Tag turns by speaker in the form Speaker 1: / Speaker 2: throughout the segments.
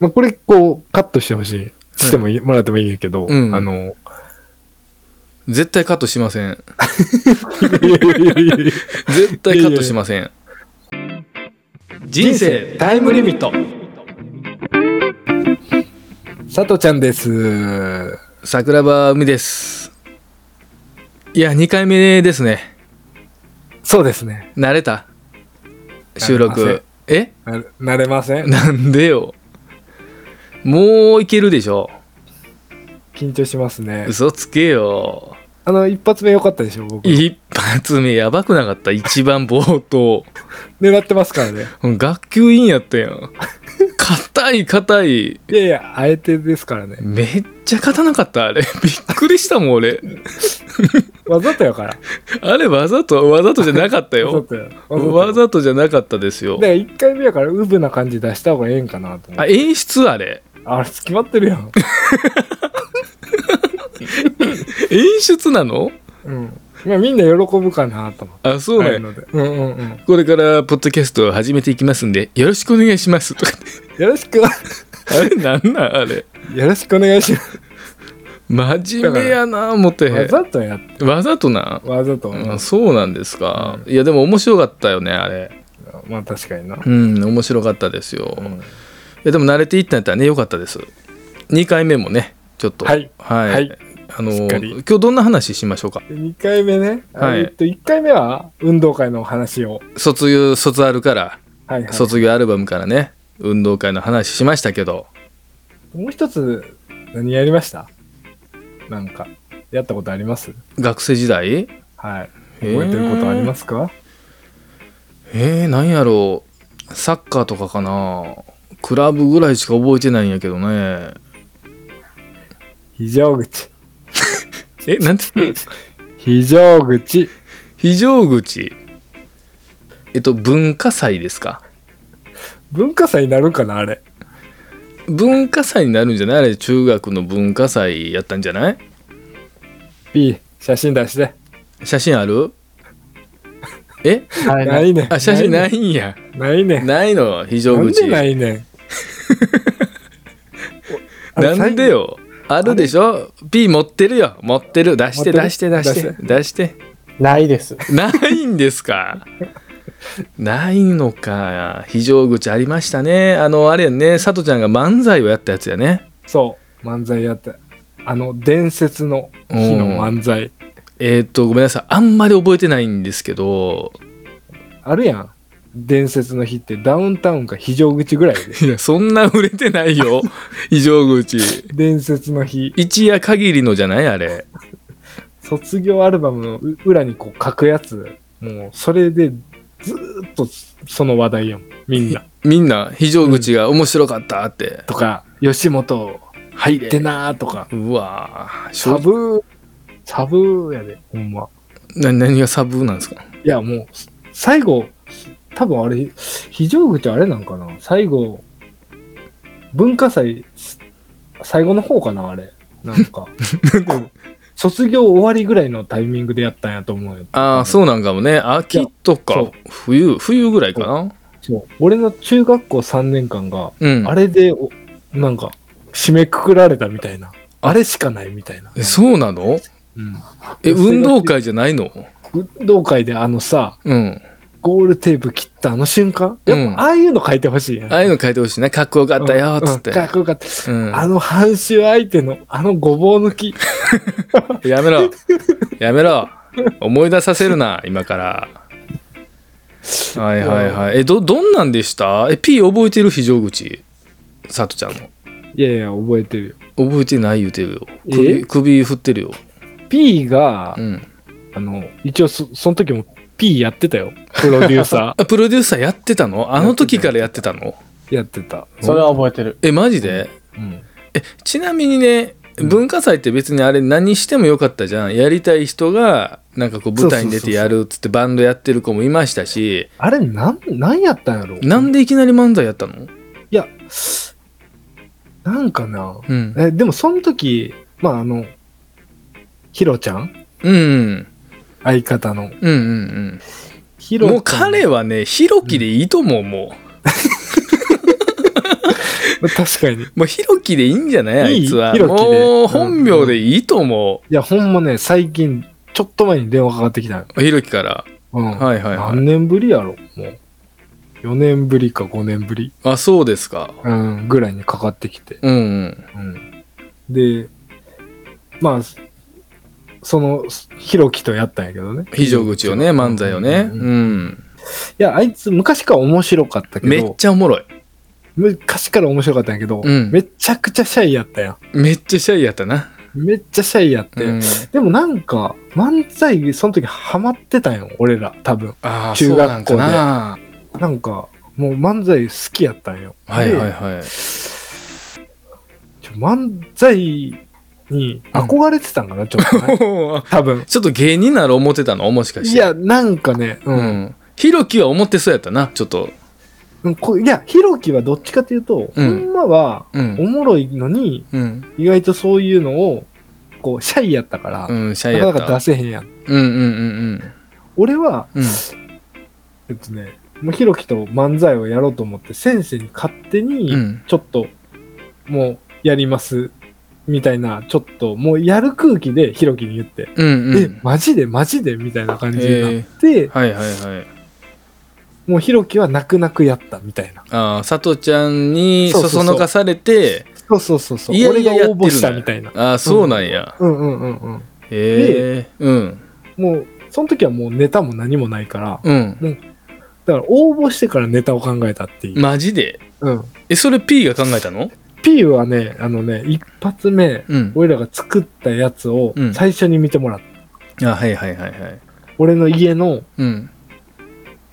Speaker 1: まあ、これ、こう、カットしてほしい。してもいい、もらってもいいけど、
Speaker 2: うん
Speaker 1: あの、
Speaker 2: 絶対カットしません。
Speaker 1: いやいやいやいや
Speaker 2: 絶対カッ トしません。人生タイムリミット。
Speaker 1: 佐藤ちゃんです。
Speaker 2: 桜庭海です。いや、2回目ですね。
Speaker 1: そうですね。
Speaker 2: 慣れた収
Speaker 1: 慣れ
Speaker 2: 録
Speaker 1: ま。
Speaker 2: え
Speaker 1: な慣れません
Speaker 2: なんでよ。もういけるでしょ。
Speaker 1: 緊張しますね。
Speaker 2: 嘘つけよ。
Speaker 1: あの、一発目良かったでしょ、僕。
Speaker 2: 一発目やばくなかった一番冒頭。
Speaker 1: 狙ってますからね。
Speaker 2: 学級委員やったやん。硬い硬い。
Speaker 1: いやいや、あえてですからね。
Speaker 2: めっちゃ硬なかったあれ。びっくりしたもん俺。
Speaker 1: わざとやから。
Speaker 2: あれわざとわざとじゃなかった
Speaker 1: わざ
Speaker 2: よ。
Speaker 1: とや。
Speaker 2: わ
Speaker 1: と。
Speaker 2: ざとじゃなかったですよ
Speaker 1: だか。ら1回目やから、ウブな感じ出した方がええんかなと思っ
Speaker 2: あ
Speaker 1: て。
Speaker 2: 演出あれ。
Speaker 1: あれ、決まってるやん。
Speaker 2: 演出なの
Speaker 1: うん。まあ、みんな喜ぶかなと思って。
Speaker 2: あそう
Speaker 1: ああい
Speaker 2: な
Speaker 1: うんの
Speaker 2: や
Speaker 1: で。うんうんうん。
Speaker 2: これからポッドキャストを始めていきますんでよろしくお願いしますとかって
Speaker 1: よろしく、 よ
Speaker 2: あれなんなんあれ
Speaker 1: ろしくお願いします。
Speaker 2: 真面目やな思って
Speaker 1: わざとやって、
Speaker 2: わざとな
Speaker 1: わざと。
Speaker 2: うんそうなんですか、いやでも面白かったよねあれ
Speaker 1: まあ、確かにな。
Speaker 2: うん面白かったですよ、いやでも慣れていったんやったらねよかったです2回目もねちょっと
Speaker 1: はい
Speaker 2: はい、
Speaker 1: はい
Speaker 2: あの
Speaker 1: しっかり
Speaker 2: 今日どんな話しましょうか
Speaker 1: で2回目ね、
Speaker 2: はい
Speaker 1: えっと1回目は運動会のお話を、
Speaker 2: 卒業卒アルから
Speaker 1: はいはい、
Speaker 2: 卒業アルバムからね運動会の話しましたけど
Speaker 1: もう一つ何やりましたなんかやったことあります
Speaker 2: 学生時代
Speaker 1: はい
Speaker 2: へー
Speaker 1: 覚えてることありますか
Speaker 2: えー、何やろうサッカーとかかなクラブぐらいしか覚えてないんやけどね
Speaker 1: 非常口
Speaker 2: えなんて
Speaker 1: 非常口
Speaker 2: 非常口えっと文化祭ですか
Speaker 1: 文化祭になるんかなあれ
Speaker 2: 文化祭になるんじゃないあれ中学の文化祭やったんじゃない
Speaker 1: P 写真出して
Speaker 2: 写真あるえ
Speaker 3: は。
Speaker 1: ないいねん
Speaker 2: あ写真ないいんや
Speaker 1: ないねん
Speaker 2: ないの非常
Speaker 1: なん
Speaker 2: 口
Speaker 1: でないねんおあれ
Speaker 2: なんでよあるでしょ ?P 持ってるよ持ってる出して
Speaker 1: 持ってる
Speaker 2: 出して出して出して
Speaker 3: ないです。
Speaker 2: ないんですかないのか非常口ありましたねあのあれやねさとちゃんが漫才をやったやつやね
Speaker 1: そう漫才やってあの伝説の日の漫才
Speaker 2: えーっとごめんなさいあんまり覚えてないんですけど
Speaker 1: あるやん伝説の日ってダウンタウンか非常口ぐらいで
Speaker 2: いやそんな売れてない よ非常口
Speaker 1: 伝説の日
Speaker 2: 一夜限りのじゃないあれ
Speaker 1: 卒業アルバムのう裏にこう書くやつもうそれでずーっとその話題やもんみ んな
Speaker 2: みんな非常口が面白かったって、
Speaker 1: とか吉本入ってなーとか
Speaker 2: うわぁし
Speaker 1: サ
Speaker 2: ょ
Speaker 1: ブーサブーやでほんま
Speaker 2: な何がサブなんですか
Speaker 1: いやもう最後多分あれ非常口あれなんかな最後文化祭す最後の方かなあれなん か卒業終わりぐらいのタイミングでやったんやと思うよ
Speaker 2: ああそうなんかもね秋と
Speaker 1: いや
Speaker 2: か
Speaker 1: そ
Speaker 2: 冬冬ぐらいかな
Speaker 1: そう俺の中学校3年間が
Speaker 2: うん
Speaker 1: あれでお、なんか、締めくくられたみたいな。あれしかないみたいな。
Speaker 2: えそうなの
Speaker 1: うん
Speaker 2: え
Speaker 1: 寄せ書き
Speaker 2: 運動会じゃないの
Speaker 1: 運動会であのさ、
Speaker 2: うん
Speaker 1: ゴールテープ切ったあの瞬間、
Speaker 2: う
Speaker 1: や
Speaker 2: ん
Speaker 1: っぱああいうの書いてほしいやん。
Speaker 2: ああいうの書いてほしいねかっこよかったよっつって
Speaker 1: うんかっこよかった。
Speaker 2: うん
Speaker 1: あの半周相手の、あのごぼう抜き。
Speaker 2: やめろやめろ思い出させるな今からはいはいはいえどどんなんでしたえ P 覚えてる非常口さとちゃんの
Speaker 1: いやいや、覚えてるよ。
Speaker 2: 覚えてない言うてるよ
Speaker 1: え
Speaker 2: 首首振ってるよ、
Speaker 1: P が、
Speaker 2: うん、
Speaker 1: あの、一応そ、その時も P やってたよ。プロデューサ
Speaker 2: あプロデューサーやってたのあの時からやってたの
Speaker 1: ーやってた。
Speaker 3: それは覚えてる。
Speaker 2: えマジで
Speaker 1: うん。
Speaker 2: ちなみにね文化祭って別にあれ何してもよかったじゃんやりたい人がなんかこう舞台に出てやるっつってバンドやってる子もいましたし
Speaker 1: あれ、なん、なんやったんやろ
Speaker 2: なんでいきなり漫才やったの
Speaker 1: いや、なんかな。
Speaker 2: うん、
Speaker 1: えでもその時まああのヒロちゃん
Speaker 2: うんうん
Speaker 1: 相方の
Speaker 2: うんうん
Speaker 1: ヒ
Speaker 2: うんもう
Speaker 1: ロちゃん
Speaker 2: 彼はねひろきでいいと思うもう
Speaker 1: 確かに。い
Speaker 2: もう、ひろきでいいんじゃないあいつ
Speaker 1: い
Speaker 2: は。
Speaker 1: いひろきで
Speaker 2: もう、本名でいいと思
Speaker 1: や、ほんまね、最近、ちょっと前に電話かかってきたよ。
Speaker 2: う。ひろきから。
Speaker 1: うん。
Speaker 2: はいはいはい
Speaker 1: 何年ぶりやろもう。4年ぶりか5年ぶり、
Speaker 2: あ、そうですか。
Speaker 1: うん、ぐらいにかかってきて。
Speaker 2: うんうん。
Speaker 1: うん。で、まあ、その、ひろきとやったんやけどね。
Speaker 2: 非常口をね、漫才をね。
Speaker 1: う
Speaker 2: うんん。
Speaker 1: いや、あいつ昔から面白かったけど、
Speaker 2: めっちゃおもろい。
Speaker 1: 昔から面白かったんやけど、
Speaker 2: うん
Speaker 1: めちゃくちゃシャイやったや
Speaker 2: めっちゃシャイやったな。
Speaker 1: ん。めっちゃシャイやって。
Speaker 2: うん
Speaker 1: でもなんか、漫才、その時ハマってたんよ、俺ら、多分。
Speaker 2: ああ、
Speaker 1: 中
Speaker 2: そ
Speaker 1: 学校
Speaker 2: う
Speaker 1: で
Speaker 2: なんかな。
Speaker 1: なんか、もう漫才好きやったんよ。
Speaker 2: はいはい
Speaker 1: で
Speaker 2: はい。
Speaker 1: ちょ漫才に憧れてたんかな、ちょっ と、ね。多分。
Speaker 2: ちょっと芸人なら思ってたのもしかして。
Speaker 1: い、や、なんかね、
Speaker 2: う。
Speaker 1: うん
Speaker 2: ひろきは思ってそうやったな、ちょっと。
Speaker 1: ん。こいや、ひろきはどっちかというと、
Speaker 2: うん
Speaker 1: ほんまは、
Speaker 2: う
Speaker 1: お
Speaker 2: ん。
Speaker 1: もろいのに、
Speaker 2: うん。
Speaker 1: 意外とそういうのを、こう、シャイやったから、
Speaker 2: うん、シャイ
Speaker 1: なか
Speaker 2: や
Speaker 1: な
Speaker 2: った。
Speaker 1: か出せへんやん。
Speaker 2: うんうんうん
Speaker 1: 俺は、
Speaker 2: うん。うん。
Speaker 1: えっとね、もうひろきと漫才をやろうと思って、先生に勝手に、
Speaker 2: うん
Speaker 1: ちょっと、もう、やります、みたいな、ちょっと、もうやる空気で、ひろきに言って、
Speaker 2: うんう
Speaker 1: え
Speaker 2: ん、。
Speaker 1: マジでマジでみたいな感じになって、
Speaker 2: はいはいはい。
Speaker 1: もうひろきは泣く泣くやった、みたいな。
Speaker 2: ああ、佐藤ちゃんに
Speaker 1: そう
Speaker 2: そ
Speaker 1: そうそう
Speaker 2: そのかされて、
Speaker 1: そうそうそうそう、
Speaker 2: いやいや
Speaker 1: 俺が応
Speaker 2: やってるんだ
Speaker 1: 募したみたいな。
Speaker 2: ああ、そうなんや。
Speaker 1: うんうんうんうん。
Speaker 2: へえ。うん。
Speaker 1: もう、その時はもうネタも何もないから、
Speaker 2: うん。
Speaker 1: だから応募してからネタを考えたっていう。
Speaker 2: マジで
Speaker 1: うん。
Speaker 2: え、それ P が考えたの
Speaker 1: P はね、あのね、一発目、
Speaker 2: うん。
Speaker 1: 俺らが作ったやつを
Speaker 2: うん
Speaker 1: 最初に見てもらった。
Speaker 2: あはいはいはいはい。
Speaker 1: 俺の家の、
Speaker 2: うん。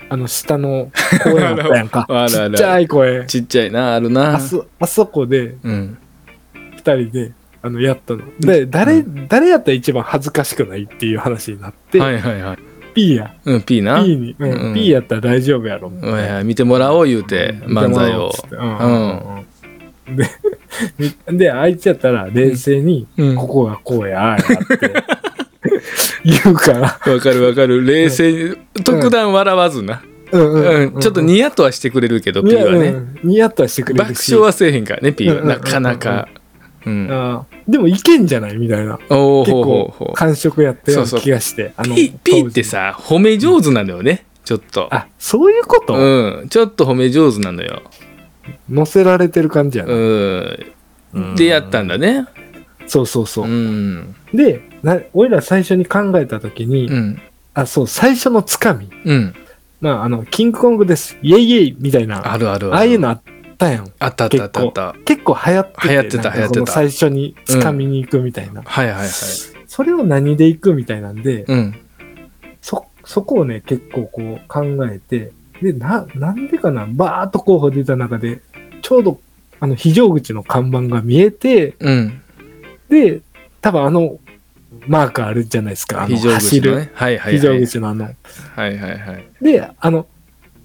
Speaker 1: あの、下の公園あったやんか。
Speaker 2: ある
Speaker 1: ち
Speaker 2: あるあ
Speaker 1: っ
Speaker 2: る
Speaker 1: ちゃい公園。
Speaker 2: ちっちゃいな、あるな
Speaker 1: あ。そ、あそこで、
Speaker 2: うん。
Speaker 1: 二人で、あの、やったの。で、誰、誰やったら一番恥ずかしくないっていう話になって、
Speaker 2: はいはいはい。
Speaker 1: P や。
Speaker 2: うん、P な。
Speaker 1: P に、うん
Speaker 2: うん
Speaker 1: P やったら大丈夫やろ。みたい
Speaker 2: は
Speaker 1: ない
Speaker 2: はい、見てもらおう言うて、漫才を。
Speaker 1: うんうんでみで あいつやったら冷静に、
Speaker 2: うん
Speaker 1: ここがこうやああやって 言うから、
Speaker 2: わかるわかる。冷静に、特段笑わずな。
Speaker 1: うん
Speaker 2: うん、ちょっとニヤッとはしてくれるけど、P は
Speaker 1: う
Speaker 2: ね。
Speaker 1: んニヤッとはしてくれ
Speaker 2: 爆
Speaker 1: るし
Speaker 2: 笑はせえへんからね、P
Speaker 1: う
Speaker 2: は。
Speaker 1: んうんうんう
Speaker 2: なんかなか。うん。
Speaker 1: あーでもいけんじゃないみたいな
Speaker 2: おお
Speaker 1: 結
Speaker 2: ほうほう
Speaker 1: 構
Speaker 2: ほ
Speaker 1: 感触やったような
Speaker 2: そうそう
Speaker 1: 気がしてあ
Speaker 2: う。
Speaker 1: の
Speaker 2: P,
Speaker 1: 当
Speaker 2: P
Speaker 1: 時
Speaker 2: ってさ、褒め上手なのよね、ちょっと。
Speaker 1: あそういうこと、
Speaker 2: うん、ちょっと褒め上手なのよ。
Speaker 1: 乗せられてる感じやな、
Speaker 2: うん。でやったんだね。
Speaker 1: そうそうそうう、
Speaker 2: ん。
Speaker 1: でな俺ら最初に考えた時に、
Speaker 2: うん。
Speaker 1: あそう最初のつかみ
Speaker 2: うん。
Speaker 1: まああのキングコングですイエイイエイみたいな
Speaker 2: あるあるある。
Speaker 1: ああいうのあったやん。
Speaker 2: あったあったあったあった。
Speaker 1: 結構流行ってて
Speaker 2: 流行ってた
Speaker 1: なんか
Speaker 2: 流行って
Speaker 1: こ
Speaker 2: た
Speaker 1: の最初に掴みに行くみたいな。
Speaker 2: はいはいはい。
Speaker 1: それを何で行くみたいなんで、
Speaker 2: うん。
Speaker 1: そ、そこをね、結構こう考えて、で、な、なんでかな、バーっと候補出た中で、ちょうど、あの、非常口の看板が見えて、
Speaker 2: うん。
Speaker 1: で、多分あの、マークあるじゃないですか。あの、
Speaker 2: 非常
Speaker 1: 走
Speaker 2: 口の
Speaker 1: る。
Speaker 2: ね。はいはい
Speaker 1: 非
Speaker 2: は
Speaker 1: 常
Speaker 2: い。
Speaker 1: 口のあの。
Speaker 2: はいはいはい。
Speaker 1: で、あの、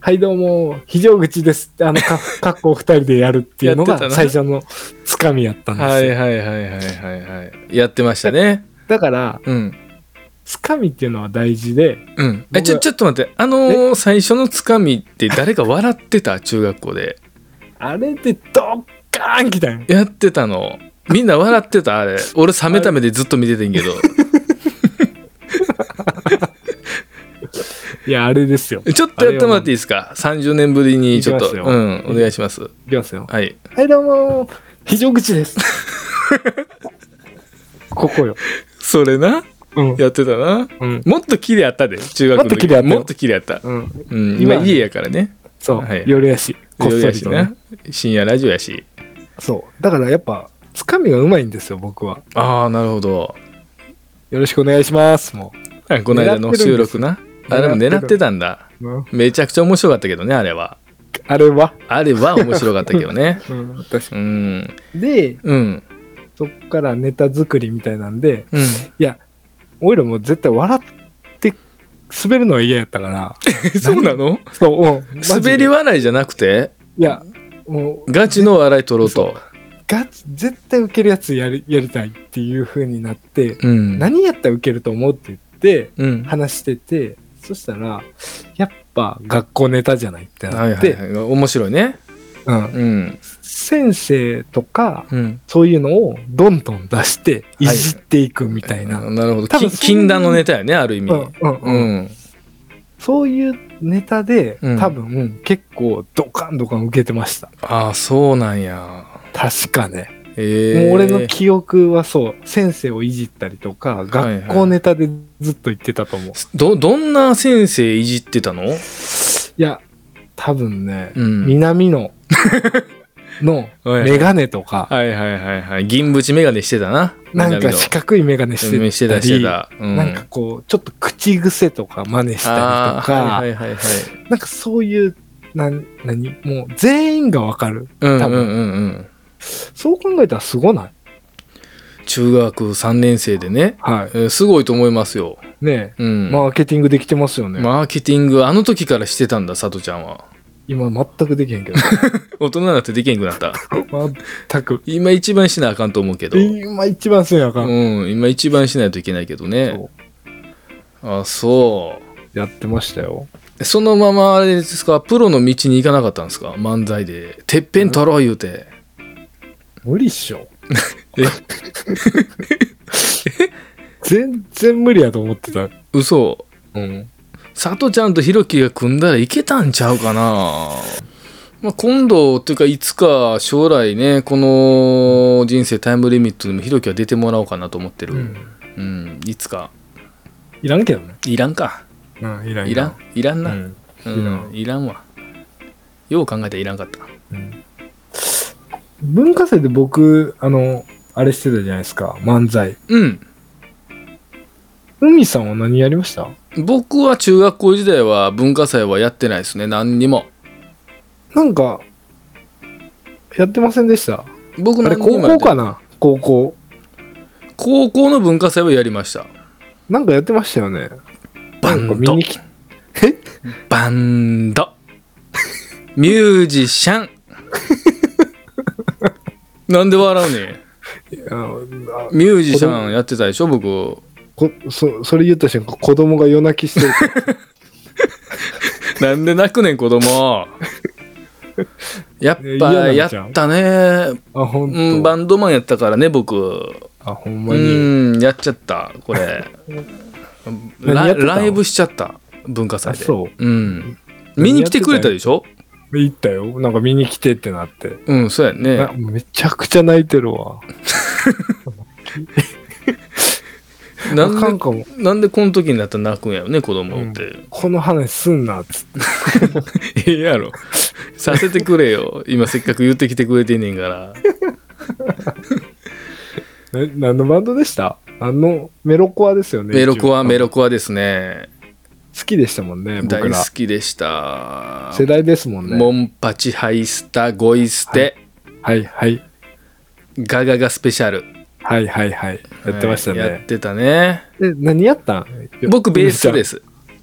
Speaker 1: はいどうも、非常口ですって、あ の、かかっこ二人でやるっていうの
Speaker 2: やってた
Speaker 1: が
Speaker 2: な
Speaker 1: 最初のつかみやったんですよ。
Speaker 2: はいはいはいはいはいはい。やってましたね。
Speaker 1: だから、
Speaker 2: うん。
Speaker 1: つかみっていうのは大事で、
Speaker 2: うん。
Speaker 1: 僕
Speaker 2: え、ちょ、ちょっと待って。あのー最初のつかみって誰か笑ってた中学校で。
Speaker 1: あれでドッカーン来たんよ
Speaker 2: やってたの。みんな笑ってたあれ。俺冷めた目でずっと見ててんけど。
Speaker 1: いや、あれですよ。
Speaker 2: ちょっとやってもらっていいですか ?30 年ぶりにちょっ
Speaker 1: い
Speaker 2: と。
Speaker 1: き
Speaker 2: う
Speaker 1: ますよ
Speaker 2: ん。お願いします。
Speaker 1: いきますよ。
Speaker 2: はい。
Speaker 1: はい、どうもー、非常口です。 ここよ。
Speaker 2: それな。
Speaker 1: うん。
Speaker 2: やってたな。
Speaker 1: うん。
Speaker 2: もっと綺麗やったで。中学の時。
Speaker 1: もっと綺麗やったよ
Speaker 2: もっと綺麗やった。
Speaker 1: うん、
Speaker 2: うん。
Speaker 1: 今
Speaker 2: 今家やからね。
Speaker 1: そう、
Speaker 2: はい
Speaker 1: 夜やし、こっ
Speaker 2: 夜
Speaker 1: そ
Speaker 2: や
Speaker 1: り
Speaker 2: し
Speaker 1: と、ね
Speaker 2: な。。深夜ラジオやし。
Speaker 1: そう。だからやっぱ、つかみがうまいんですよ、僕は。
Speaker 2: ああ、なるほど。
Speaker 1: よろしくお願いします、も
Speaker 2: あこの間の収録
Speaker 1: 狙っ
Speaker 2: な。
Speaker 1: てるんです
Speaker 2: あれも狙ってたんだ。
Speaker 1: う。うん、
Speaker 2: めちゃくちゃ面白かったけどね、あれは。
Speaker 1: あれは、
Speaker 2: あれは面白かったけどね。
Speaker 1: うん、確か
Speaker 2: うん。
Speaker 1: に。で、
Speaker 2: うん。
Speaker 1: そっからネタ作りみたいなんで、
Speaker 2: うん。
Speaker 1: いや、俺らもう絶対笑って滑るのは嫌やったから。
Speaker 2: そうなの
Speaker 1: そう、うんマジで
Speaker 2: 滑り笑いじゃなくて、
Speaker 1: いや、もう、
Speaker 2: ガチの笑い取ろうと。
Speaker 1: ガチ、絶対受けるやつやりやりたいっていう風になって、
Speaker 2: うん。
Speaker 1: 何やったら受けると思うって言って、
Speaker 2: うん。は
Speaker 1: 話してて、そしたら、やっぱ学校ネタじゃないって
Speaker 2: い
Speaker 1: な
Speaker 2: は
Speaker 1: って、
Speaker 2: いはい。面白いね。
Speaker 1: うん、
Speaker 2: うん。
Speaker 1: 先生とか、
Speaker 2: うん。
Speaker 1: そういうのをどんどん出して、いじっていくみたいな。
Speaker 2: あなるほど。
Speaker 1: 多分
Speaker 2: き禁断のネタやね、ある意味。
Speaker 1: うんうん
Speaker 2: う
Speaker 1: うん
Speaker 2: ん。
Speaker 1: そういうネタで、
Speaker 2: うん
Speaker 1: 多分結構ドカンドカン受けてました。
Speaker 2: ああ、そうなんや。
Speaker 1: 確かね。
Speaker 2: ええ
Speaker 1: もう俺の記憶はそう、先生をいじったりとか、
Speaker 2: はい
Speaker 1: 学校ネタでずっと言ってたと思う。い
Speaker 2: ど、どんな先生いじってたの
Speaker 1: や、多分ね、
Speaker 2: うん。
Speaker 1: 南野 の
Speaker 2: はい
Speaker 1: メガネとか、
Speaker 2: はいはいはいはい。銀縁メガネしてたな。
Speaker 1: なんか
Speaker 2: 南野
Speaker 1: 四角いメガネして
Speaker 2: うんして
Speaker 1: た
Speaker 2: た、して
Speaker 1: り、
Speaker 2: た。う
Speaker 1: なんかこう、ちょっと口癖とか真似したりとか、
Speaker 2: あーはいはいはいはい。
Speaker 1: なんかそういう、なん、なに、もう全員がわかる。
Speaker 2: うんうん
Speaker 1: 多分
Speaker 2: うんうん。
Speaker 1: そう考えたらすごない
Speaker 2: 中学3年生でね、
Speaker 1: は
Speaker 2: えーすごいと思いますよ。
Speaker 1: い。ね
Speaker 2: う
Speaker 1: え、
Speaker 2: ん。
Speaker 1: マーケティングできてますよね。
Speaker 2: マーケティング、あの時からしてたんだ、さとちゃんは。
Speaker 1: 今全くできへん けど。
Speaker 2: 大人になってできへんくなった。
Speaker 1: 全く。
Speaker 2: 今一番しなあかんと思うけど。
Speaker 1: 今一番せんやあかん。
Speaker 2: うん、今一番しないといけないけどね。
Speaker 1: そ
Speaker 2: あ、そう
Speaker 1: やってましたよ。
Speaker 2: う。そのままあれですか、プロの道に行かなかったんですか漫才で。てっぺん取ろう言うて。
Speaker 1: 無理っしょ。
Speaker 2: え
Speaker 1: 全然無理やと思ってた。
Speaker 2: 嘘。
Speaker 1: うん。
Speaker 2: 佐藤ちゃんとひろきが組んだらいけたんちゃうかな、まあ、今度というかいつか将来ねこの人生タイムリミットでもひろきは出てもらおうかなと思ってる、うんいつか
Speaker 1: いらんけどね。
Speaker 2: いらんか
Speaker 1: うん、いら
Speaker 2: いらんいらん
Speaker 1: う
Speaker 2: な、
Speaker 1: ん。
Speaker 2: うん
Speaker 1: いらん
Speaker 2: いらんわよう考えたらいらんかった
Speaker 1: 文化祭で僕、あの、あれしてたじゃないですか。漫才。
Speaker 2: うん
Speaker 1: 海さんは何やりました
Speaker 2: 僕は中学校時代は文化祭はやってないですね何にも
Speaker 1: なんか、やってませんでした。
Speaker 2: 僕
Speaker 1: あ
Speaker 2: 何
Speaker 1: れ、
Speaker 2: にも
Speaker 1: 高
Speaker 2: やって
Speaker 1: 校かな高校。
Speaker 2: 高校の文化祭はやりました
Speaker 1: なんかやってましたよね。
Speaker 2: バ
Speaker 1: なんか
Speaker 2: ン
Speaker 1: 見
Speaker 2: ド
Speaker 1: に来え
Speaker 2: バンド。ミュージシャン。 なんで笑うね
Speaker 1: あのあ
Speaker 2: んミュージシャンやってたでしょ僕。
Speaker 1: こそそれ言った瞬間子供が夜泣きしてる
Speaker 2: なんで泣くねん、子供。やっ
Speaker 1: い
Speaker 2: ぱ
Speaker 1: や嫌
Speaker 2: や
Speaker 1: な
Speaker 2: っ
Speaker 1: んちゃう
Speaker 2: たね。
Speaker 1: あほんと、
Speaker 2: うん、バンドマンやったからね、僕。
Speaker 1: あほんま
Speaker 2: う
Speaker 1: に、
Speaker 2: ん、やっちゃった、これ。
Speaker 1: 何
Speaker 2: ラ
Speaker 1: やってたの
Speaker 2: ライブしちゃった、文化祭で。。
Speaker 1: あそう
Speaker 2: ん。見に来てくれたでしょ
Speaker 1: 行ったよなんか見に来てってなって、
Speaker 2: うん、そうやね。
Speaker 1: なめちゃくちゃ泣いてるわ
Speaker 2: な
Speaker 1: あか
Speaker 2: ん
Speaker 1: ん
Speaker 2: で、
Speaker 1: かも
Speaker 2: なんでこの時になったら泣くんやろね、子供って。
Speaker 1: この話すんなっつって
Speaker 2: ええやろ。させてくれよ。今せっかく言ってきてくれてんねん から。
Speaker 1: え何のバンドでしたあのメロコアですよね
Speaker 2: メロコ
Speaker 1: 一
Speaker 2: ア、
Speaker 1: 応
Speaker 2: メロコアですね。
Speaker 1: 好きでしたもんね僕
Speaker 2: 大
Speaker 1: ら
Speaker 2: 好きでした。
Speaker 1: 世代ですもんね
Speaker 2: モンパチハイスタ、ゴイステ、
Speaker 1: はいはい
Speaker 2: ガガガスペシャル。
Speaker 1: はいはいはいやってましたね、
Speaker 2: はいやってたね。
Speaker 1: え何やったん
Speaker 2: 僕、ベースですす。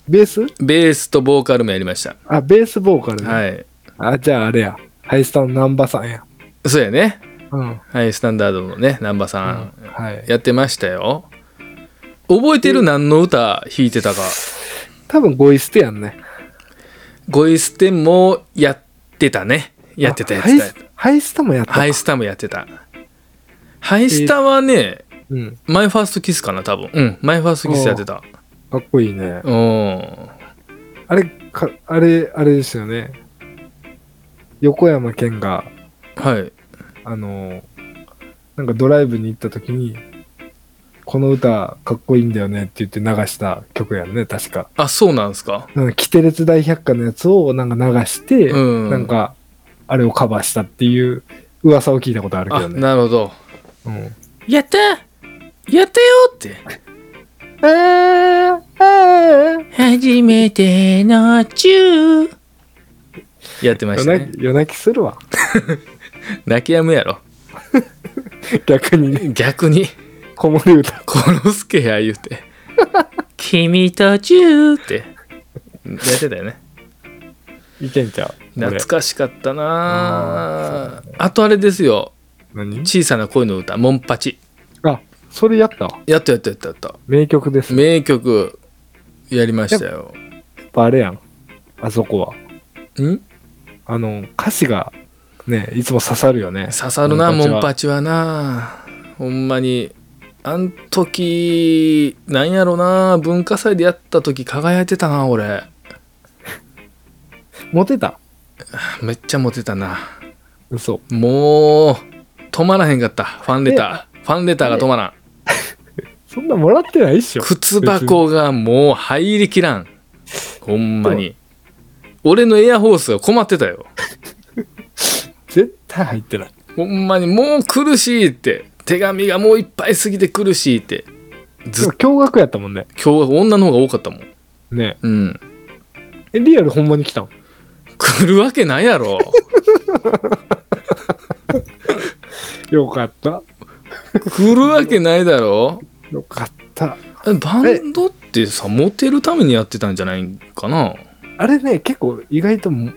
Speaker 1: ベース
Speaker 2: ベースとボーカルもやりました。
Speaker 1: あベースボーカルね、
Speaker 2: はい。
Speaker 1: あじゃああれやハイスタの難波さんや
Speaker 2: そうやね。
Speaker 1: うん
Speaker 2: はい、スタンダードのね、南波さん。
Speaker 1: はい
Speaker 2: やってましたよ。覚えてる何の歌弾いてたか。
Speaker 1: 多分ゴイステやんね。
Speaker 2: ゴイステもやってたね。やってたや
Speaker 1: あ
Speaker 2: つ
Speaker 1: ハ
Speaker 2: だよ
Speaker 1: イスハイスタもやったか。
Speaker 2: ハイスタもやってた。ハイスタはね、
Speaker 1: うん。
Speaker 2: マイファーストキスかな、多分。うん、マイファーストキスやってた。
Speaker 1: かっこいいね。
Speaker 2: うん。
Speaker 1: あれ、かあれ、あれですよね。横山健が、
Speaker 2: はい。
Speaker 1: あの、なんかドライブに行った時に、この歌かっこいいんだよねって言って流した曲やんね、確か。
Speaker 2: あ、そうなんですか。
Speaker 1: なんか、キテレツ大百科のやつをなんか流して、
Speaker 2: うん
Speaker 1: なんか、あれをカバーしたっていう噂を聞いたことあるけ
Speaker 2: あ、
Speaker 1: どね。
Speaker 2: なるほど。
Speaker 1: うん。
Speaker 2: やったやったよって。
Speaker 1: あーあー
Speaker 2: 初めてのチュー。やってまし
Speaker 1: 夜
Speaker 2: た
Speaker 1: 泣
Speaker 2: ね
Speaker 1: き。夜泣きするわ。
Speaker 2: 泣きやむやろ。
Speaker 1: 逆にね。
Speaker 2: 逆に、
Speaker 1: 子守歌。
Speaker 2: 殺すけや言うて。 君とチューって。やってたよね。
Speaker 1: いけんちゃう
Speaker 2: 懐かしかったなあ
Speaker 1: あ
Speaker 2: あとあれですよ
Speaker 1: 何
Speaker 2: 小さな恋の歌モンパチ
Speaker 1: あそれやったわ
Speaker 2: やったやったやったやった
Speaker 1: 名曲ですね
Speaker 2: 名曲やりましたよ
Speaker 1: やっぱあれやんあそこは
Speaker 2: ん
Speaker 1: あの歌詞がね、いつも刺さるよね。
Speaker 2: 刺さるなモ
Speaker 1: モンパチは
Speaker 2: ンパチはなほんまにあん時なんやろな文化祭でやった時輝いてたな俺
Speaker 1: モテた
Speaker 2: めっちゃモテたな
Speaker 1: 嘘。
Speaker 2: もう止まらへんかったファンレターファンレターが止まらん
Speaker 1: そんなもらってないっしょ。
Speaker 2: 靴箱がもう入りきらんほんまに俺のエアホースが困ってたよ
Speaker 1: 絶対入ってない。
Speaker 2: ほんまにもう苦しいって手紙がもういっぱいすぎて苦しいってず
Speaker 1: でも驚愕やったもんね。
Speaker 2: 今日は女の方が多かったもん
Speaker 1: ね
Speaker 2: うん
Speaker 1: え。リアルほんまに来たの
Speaker 2: 来るわけないやろ
Speaker 1: よかった。
Speaker 2: 来るわけないだろ
Speaker 1: よかった。
Speaker 2: えバンドってさモテるためにやってたんじゃないんかな
Speaker 1: あれね、結構意外とも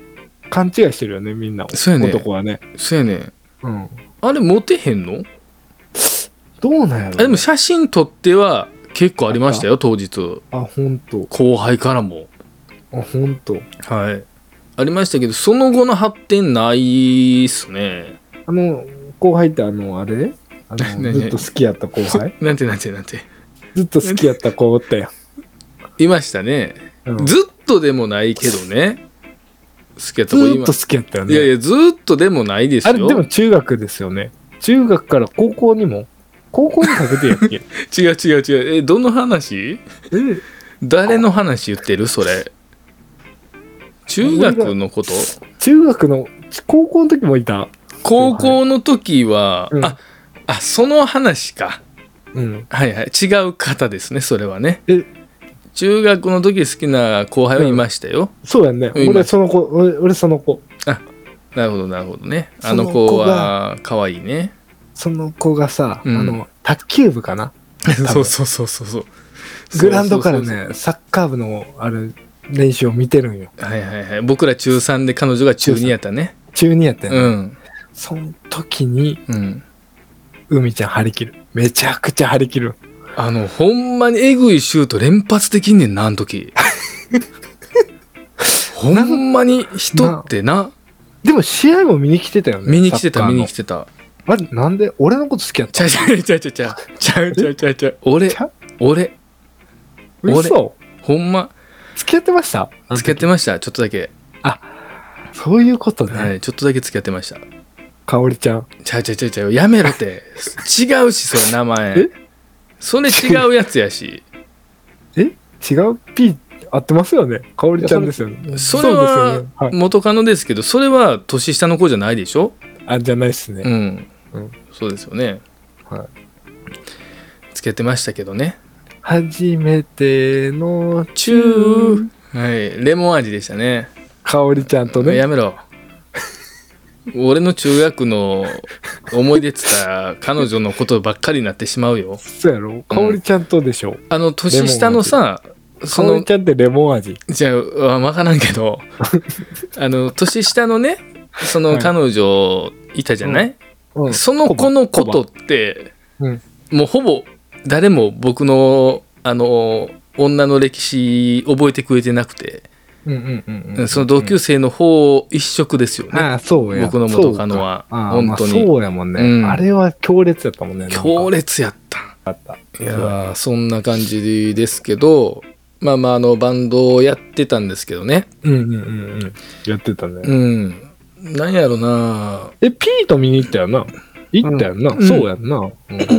Speaker 1: 勘違いしてるよね、みんなを。
Speaker 2: そうやね
Speaker 1: 男はね。
Speaker 2: そうやねん
Speaker 1: うん。
Speaker 2: あれモテへんの
Speaker 1: どうなんやろうね、
Speaker 2: あでも写真撮っては結構ありましたよ当日
Speaker 1: あ、ほんと。
Speaker 2: 後輩からも
Speaker 1: あ、ほんと。
Speaker 2: はいありましたけどその後の発展ないっすね
Speaker 1: あの、後輩ってあの、あれあの、
Speaker 2: 何
Speaker 1: ずっと好きやった後 輩
Speaker 2: なんてなんてなんて
Speaker 1: ずっと好きやった子おったやん。
Speaker 2: いましたね、
Speaker 1: うん
Speaker 2: ずっとでもないけどね好きやった
Speaker 1: ず
Speaker 2: 子い
Speaker 1: ーっ
Speaker 2: ま
Speaker 1: と好きやったよ
Speaker 2: い
Speaker 1: ね。
Speaker 2: やいやずっとでもないです
Speaker 1: あれ、
Speaker 2: よ
Speaker 1: でも中学ですよね。中学から高校にも高校にかけてやっ け
Speaker 2: 違う違う違うえどの
Speaker 1: え
Speaker 2: 話誰の話言ってるそれ中学のこと
Speaker 1: 中学の、ち高校の時もいた。
Speaker 2: 高校の時は、
Speaker 1: うん
Speaker 2: ああその話か
Speaker 1: うん。
Speaker 2: はいはい違う方ですねそれはね
Speaker 1: え
Speaker 2: 中学の時好きな後輩はいましたよ、
Speaker 1: そうやんね。
Speaker 2: うん今
Speaker 1: 俺その子、俺俺その子。
Speaker 2: なるほどなるほどねあ
Speaker 1: その
Speaker 2: の
Speaker 1: 子
Speaker 2: 子は可愛いね
Speaker 1: その子がさ、
Speaker 2: うん
Speaker 1: あの、卓球部かな
Speaker 2: そうそうそうそうそう
Speaker 1: グラウンドから
Speaker 2: そうそう
Speaker 1: ね、サッカー部のある練習を見てるんよ。
Speaker 2: そうはいはいはい僕ら中3で彼女が中2やったね
Speaker 1: 中2やったよ、ね
Speaker 2: うん
Speaker 1: その時に、
Speaker 2: うん
Speaker 1: 海ちゃん張り切る。めちゃくちゃ張り切る。
Speaker 2: あの、ほんまにえぐいシュート連発できんねんな、あの 時。ほんまに人ってな、
Speaker 1: でも試合も見に来てたよね。
Speaker 2: 見に来て
Speaker 1: サッ
Speaker 2: た、
Speaker 1: カー
Speaker 2: 見
Speaker 1: の
Speaker 2: に来てた。
Speaker 1: あれ、なんで俺のこと好きやった
Speaker 2: ちゃうちゃうちゃうちゃうちゃうちゃうちゃうちゃうちゃう。俺
Speaker 1: ちゃ、
Speaker 2: 俺、俺
Speaker 1: 嘘
Speaker 2: ほんま、
Speaker 1: 付き合ってました
Speaker 2: 付き合ってました、ちょっとだけ。
Speaker 1: そういうことね。
Speaker 2: はい、ちょっとだけ付き合ってました。
Speaker 1: かおりちゃん。
Speaker 2: ちゃうちゃうちゃうちゃう、やめろって。違うし、それ名前
Speaker 1: え。
Speaker 2: それ違うやつやし。
Speaker 1: え違う ?P 合ってますよね。かおりちゃんですよね。
Speaker 2: そ
Speaker 1: そうで
Speaker 2: れ
Speaker 1: すよ
Speaker 2: は
Speaker 1: ね。はい。
Speaker 2: 元カノですけど、それは年下の子じゃないでしょ
Speaker 1: あ、じゃないっすね。
Speaker 2: うん、
Speaker 1: うん
Speaker 2: そうですよね
Speaker 1: は
Speaker 2: つけてましたけどね
Speaker 1: 初めての
Speaker 2: チューはいレモン味でしたね
Speaker 1: かおりちゃんとね。
Speaker 2: やめろ俺の中学の思い出っつったら彼女のことばっかりになってしまうよ
Speaker 1: そうやろかおりちゃんとでしょ。
Speaker 2: あの年下のさそ
Speaker 1: かお
Speaker 2: の
Speaker 1: りちゃんってレモン味。
Speaker 2: じゃあ分からんけどあの年下のねそ
Speaker 1: はい
Speaker 2: の彼女いたじゃない、
Speaker 1: うん。
Speaker 2: その子のことって、
Speaker 1: コバうん
Speaker 2: もうほぼ誰も僕のあの女の歴史覚えてくれてなくて、
Speaker 1: うんうんうんうん。
Speaker 2: その同級生の方一色ですよね、
Speaker 1: ああ、そうや。
Speaker 2: 僕の元カノは
Speaker 1: そうかああ
Speaker 2: 本当に
Speaker 1: まあそうやもんね、
Speaker 2: うん
Speaker 1: あれは強烈やったもんね。
Speaker 2: 強
Speaker 1: 烈
Speaker 2: 烈やった
Speaker 1: だった。
Speaker 2: いやーそんな感じですけどまあまああのバンドをやってたんですけどね
Speaker 1: うんうんうんうん。やってたね。
Speaker 2: うんなんやろな
Speaker 1: え、ピート見に行ったよな。行ったよな。
Speaker 2: うん
Speaker 1: そうやんな、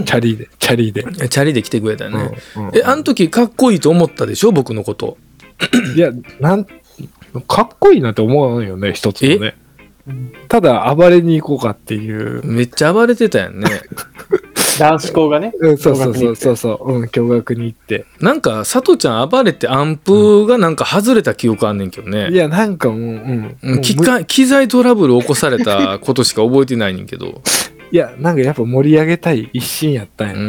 Speaker 1: チャリで、チャリで。
Speaker 2: チャリで来てくれたよね、
Speaker 1: うんうん
Speaker 2: えあの時かっこいいと思ったでしょ僕のこと
Speaker 1: いや、なん、かっこいいなって思わんよね、一つもね。ただ、暴れに行こうかっていう。
Speaker 2: めっちゃ暴れてたやんね
Speaker 3: 男子校がね。
Speaker 1: うん、そうそうそうそうそう。うん、驚愕に行って。
Speaker 2: なんか佐藤ちゃん暴れてアンプがなんか外れた記憶あんねんけどね、
Speaker 1: いや、なんかもう、うん。
Speaker 2: う
Speaker 1: も
Speaker 2: ん
Speaker 1: う
Speaker 2: 機械機材トラブル起こされたことしか覚えてないねんけど、
Speaker 1: いや、なんかやっぱ盛り上げたい一心やったんや。
Speaker 2: う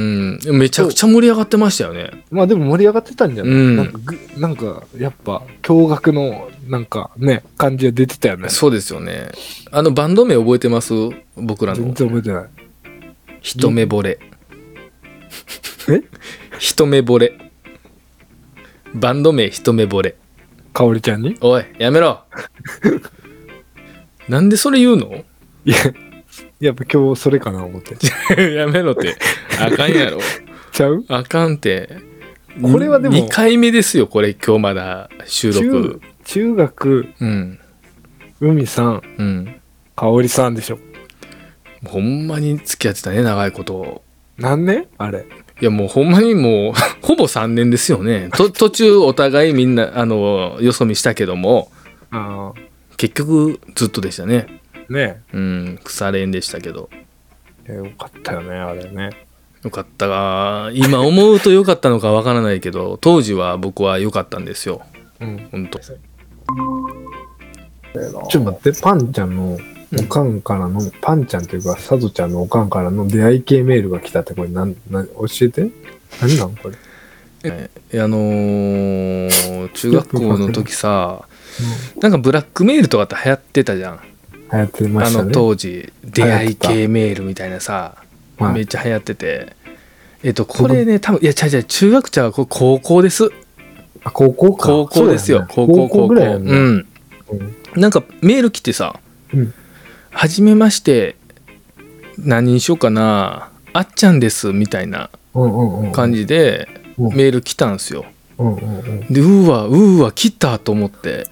Speaker 2: ん、めちゃくちゃ盛り上がってましたよね
Speaker 1: まあでも盛り上がってたんじゃない、
Speaker 2: うん
Speaker 1: なんかぐなんかやっぱ驚愕のなんかね感じが出てたよね
Speaker 2: そうですよねあのバンド名覚えてます僕ら
Speaker 1: 全
Speaker 2: の
Speaker 1: 然覚えてない
Speaker 2: 一目惚れ
Speaker 1: え
Speaker 2: 一目惚れバンド名一目惚れ
Speaker 1: かおりちゃんに
Speaker 2: おいやめろなんでそれ言うの
Speaker 1: いや、やっぱ今日それかな思って。
Speaker 2: やめろって。あかんやろ。
Speaker 1: ちゃう
Speaker 2: あかんって。
Speaker 1: これはでも
Speaker 2: 2回目ですよ、これ、今日まだ収
Speaker 1: 中
Speaker 2: 録。
Speaker 1: 中学、
Speaker 2: うん。
Speaker 1: 海さん、
Speaker 2: うん。
Speaker 1: 香織さんでしょ。
Speaker 2: ほんまに付き合ってたね、長いこと。
Speaker 1: 何年あれ。
Speaker 2: いや、もうほんまにもう、 ほぼ3年ですよね。と途中、お互いみんな、あの、よそ見したけども、
Speaker 1: あ
Speaker 2: 結局、ずっとでしたね。
Speaker 1: あ、ね
Speaker 2: うん、腐れ縁でしたけど。
Speaker 1: え。よかったよね、あれね。
Speaker 2: よかったが、今思うと良かったのかわからないけど、当時は僕は良かったんですよ。
Speaker 1: うん。
Speaker 2: ほんと。
Speaker 1: ちょっと待って、パンちゃんの、おかんからの、パンちゃんというか、さとちゃんのおかんからの出会い系メールが来たって、これ、なん、なん、教えて何なん これ。
Speaker 2: えあのー中学校の時さ、なんかブラックメールとかって流行ってたじゃん。
Speaker 1: 流行ってま
Speaker 2: あ
Speaker 1: したね。
Speaker 2: の当時、出会い系メールみたいなさ、
Speaker 1: はい
Speaker 2: めっちゃ流行ってて。えっと、これね、多分、いや、違う違う、中学ちゃうこれ高校です。
Speaker 1: あ高校か。
Speaker 2: 高校ですよ。
Speaker 1: そう
Speaker 2: 高
Speaker 1: だね高校
Speaker 2: 校、高校。
Speaker 1: ぐらいや
Speaker 2: うん
Speaker 1: ね。
Speaker 2: ん。なんかメール来てさ、
Speaker 1: うん
Speaker 2: はじめまして、何にしようかな、あっちゃんです、みたいな
Speaker 1: うんうんうん。
Speaker 2: 感じで
Speaker 1: うん
Speaker 2: メール来たんすよ。
Speaker 1: うんうんうん。
Speaker 2: で、うーわ、うーわ、来たと思って、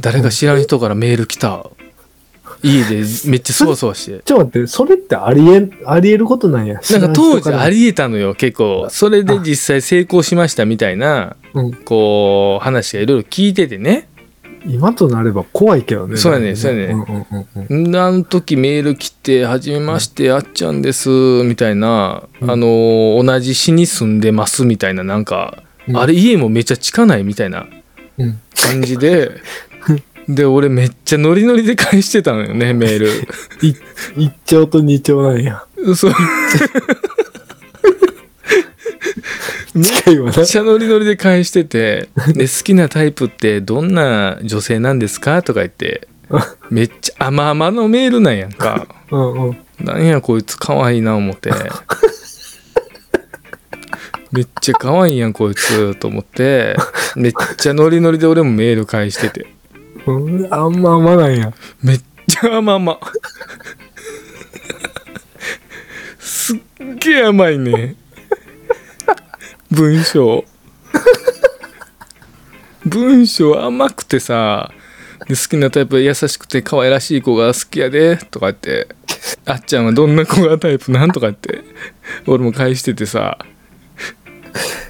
Speaker 2: 誰か知らん人からメール来た。家でめっちゃそわそわして。
Speaker 1: ちょっと待って、それってありえん、ありえることなんや。
Speaker 2: なんか当時あ
Speaker 1: り、
Speaker 2: りえたのよ、結構。それで実際成功しましたみたいな、
Speaker 1: うん、
Speaker 2: こう、話がいろいろ聞いててね。
Speaker 1: 今となれば怖いけどね。
Speaker 2: そうやねそうや
Speaker 1: ね。
Speaker 2: ね
Speaker 1: うんうんうんうん。
Speaker 2: んであの時メール来て「はじめましてあっちゃんです」みたいな、
Speaker 1: うん
Speaker 2: あのー同じ市に住んでますみたいななんか、
Speaker 1: うん
Speaker 2: あれ家もめっちゃ近ないみたいな
Speaker 1: うん
Speaker 2: 感じで で俺めっちゃノリノリで返してたのよねメー
Speaker 1: い一丁と二丁なんや。
Speaker 2: ルそう
Speaker 1: 近いわ
Speaker 2: め
Speaker 1: な
Speaker 2: っ。ちゃノリノリで返してて「で好きなタイプってどんな女性なんですか?」とか言ってめっちゃ甘々のメールなんやんか。
Speaker 1: うんうん。
Speaker 2: なんやこいつ可愛いな思ってめっちゃ可愛いやんこいつと思ってめっちゃノリノリで俺もメール返してて
Speaker 1: うん、あんま甘なんや。
Speaker 2: めっちゃ甘々すっげえ甘いね文章文章甘くてさで好きなタイプは優しくて可愛らしい子が好きやでとか言ってあっちゃんはどんな子がタイプなんとかって俺も返しててさ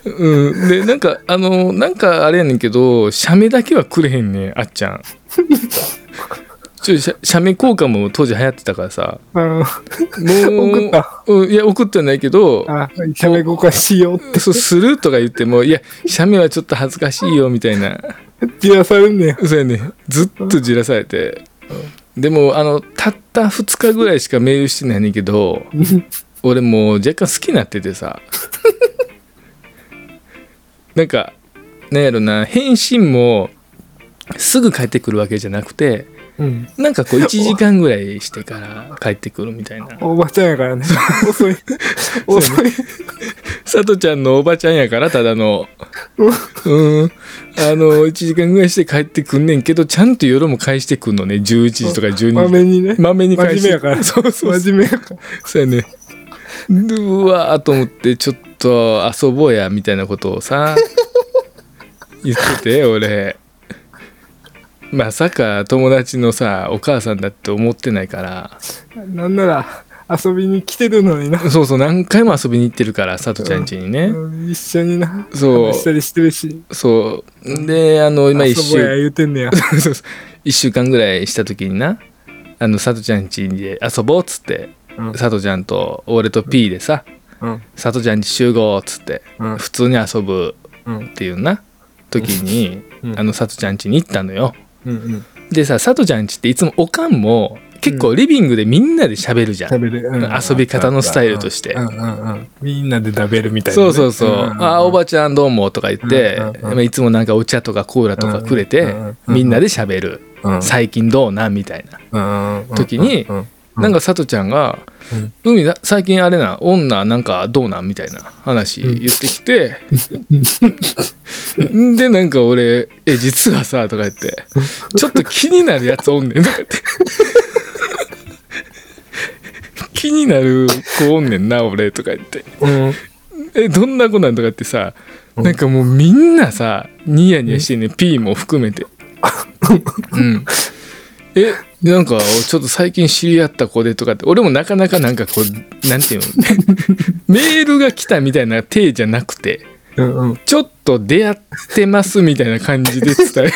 Speaker 2: うんでなんかあのなんかあれやねんけど写メだけはくれへんねんあっちゃんちょ写写メ交換も当時流行ってたからさ
Speaker 1: うん。
Speaker 2: もう
Speaker 1: 送った
Speaker 2: うん、いや送ってはないけど
Speaker 1: あ、喋り交換しようって
Speaker 2: そうするとか言ってもいや写メはちょっと恥ずかしいよみたいな
Speaker 1: 散らされんねや。
Speaker 2: そうやねずっとじらされてでもあのたった2日ぐらいしかメールしてないねんけど俺もう若干好きになっててさ なんかなんやろな返信もすぐ帰ってくるわけじゃなくて
Speaker 1: うん。
Speaker 2: なんかこう1時間ぐらいしてから帰ってくるみたいな
Speaker 1: おばちゃんやからね。 遅い。遅い。
Speaker 2: さとちゃんのおばちゃんやからただのうんあの1時間ぐらいして帰ってくんねんけどちゃんと夜も返してくんのね11時とか12
Speaker 1: ま
Speaker 2: 時
Speaker 1: めにね。
Speaker 2: まめに返して
Speaker 1: 真面目やから
Speaker 2: そうそうそう
Speaker 1: 真面目やから。
Speaker 2: そうやねでうわーと思ってちょっと遊ぼうやみたいなことをさ言ってて俺まさか友達のさお母さんだって思ってないから
Speaker 1: なんなら、遊びに来てるのにな。
Speaker 2: そうそう何回も遊びに行ってるからさとちゃん家にね、
Speaker 1: うん一緒にな。
Speaker 2: そう
Speaker 1: 話したりしてるし。
Speaker 2: そうであの今一
Speaker 1: 遊ぼうや
Speaker 2: 週
Speaker 1: 言うてんねや。
Speaker 2: そうそう一週間ぐらいした時になあのさとちゃん家で遊ぼうっつって
Speaker 1: うん
Speaker 2: さとちゃんと俺と P でさ
Speaker 1: うん。
Speaker 2: さとちゃん家集合っつって
Speaker 1: うん
Speaker 2: 普通に遊ぶ
Speaker 1: うん
Speaker 2: っていうな時に、
Speaker 1: うん
Speaker 2: あのさとちゃん家に行ったのよ
Speaker 1: うん。
Speaker 2: でささとちゃん家っていつもおかんも結構リビングでみんなで喋るじゃん、
Speaker 1: 喋る、うん
Speaker 2: 遊び方のスタイルとして
Speaker 1: うんうんうんみんなで食べるみたいな
Speaker 2: そ
Speaker 1: ね、
Speaker 2: うそうそう「
Speaker 1: んんん
Speaker 2: あーおばちゃんどうも」とか言って、
Speaker 1: うんうんうん
Speaker 2: まあいつもなんかお茶とかコーラとかくれて、
Speaker 1: うんうんうん
Speaker 2: みんなで喋る、
Speaker 1: うん
Speaker 2: 最近どうなんみたいな、
Speaker 1: うんうん
Speaker 2: 時に
Speaker 1: うんうんうん
Speaker 2: なんかさとちゃんが
Speaker 1: うん
Speaker 2: 「海な最近あれな女なんかどうなん?」みたいな話言ってきて、ん、でなんか俺「え実 はさ」とか言って「ちょっと気になるやつおんねん」とか言って気になる子おんねんな俺とか言って
Speaker 1: うん。
Speaker 2: えどんな子なんとかってさ
Speaker 1: うん
Speaker 2: なんかもうみんなさニヤニヤしてんねん P も含め てうんえなんかちょっと最近知り合った子でとかって俺もなかなかなんかこうなんていうの メールが来たみたいな体じゃなくて
Speaker 1: うんうん。
Speaker 2: ちょっと出会ってますみたいな感じで 伝え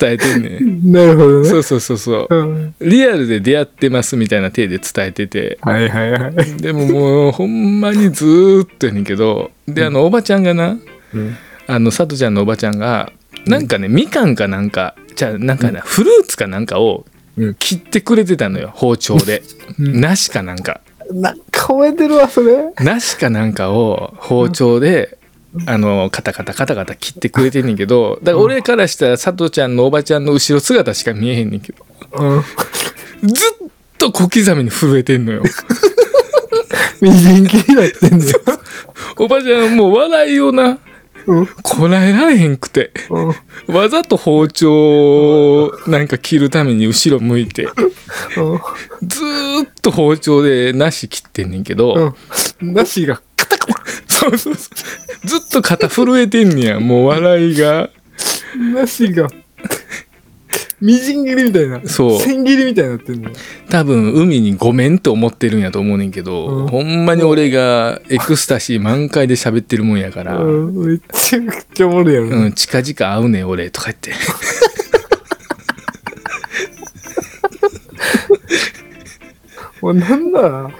Speaker 2: 伝えてんねん
Speaker 1: なるほどね。
Speaker 2: そうそうそうそう
Speaker 1: うん。
Speaker 2: リアルで出会ってますみたいな体で伝えてて
Speaker 1: はいはいはい。
Speaker 2: でももうほんまにずーっとやねんけどであのおばちゃんがな
Speaker 1: うん。
Speaker 2: あのさとちゃんのおばちゃんがなんかねみかんかなんかじゃあなんかなフルーツかなんかを
Speaker 1: うん
Speaker 2: 切ってくれてたのよ包丁で
Speaker 1: うん
Speaker 2: 梨かなんか
Speaker 1: なんか覚えてるわ、それ。
Speaker 2: 梨かなんかを包丁で、あのカタカタカタカタ切ってくれてんねんけどだから俺からしたらさとちゃんのおばちゃんの後ろ姿しか見えへんねんけど
Speaker 1: うん。
Speaker 2: ずっと小刻みに震えてんのよ。
Speaker 1: みじん切りになってんね
Speaker 2: おばちゃんもう笑いをな
Speaker 1: うん
Speaker 2: こらえられへんくて
Speaker 1: うん。
Speaker 2: わざと包丁をなんか切るために後ろ向いてずーっと包丁で梨切ってんねんけど、
Speaker 1: うん。なしが、
Speaker 2: そうそうそうずっと肩震えてんねやもう笑いが
Speaker 1: なしが、みじん切りみたいな。
Speaker 2: そう
Speaker 1: 千切りみたいになってんの。
Speaker 2: 多分海にごめんと思ってるんやと思うねんけど、
Speaker 1: うん
Speaker 2: ほんまに俺がエクスタシー満開で喋ってるもんやから、うん
Speaker 1: うん。めちゃくちゃおもろいやろな。
Speaker 2: 近々会うねん俺とか言って
Speaker 1: もうなんだろ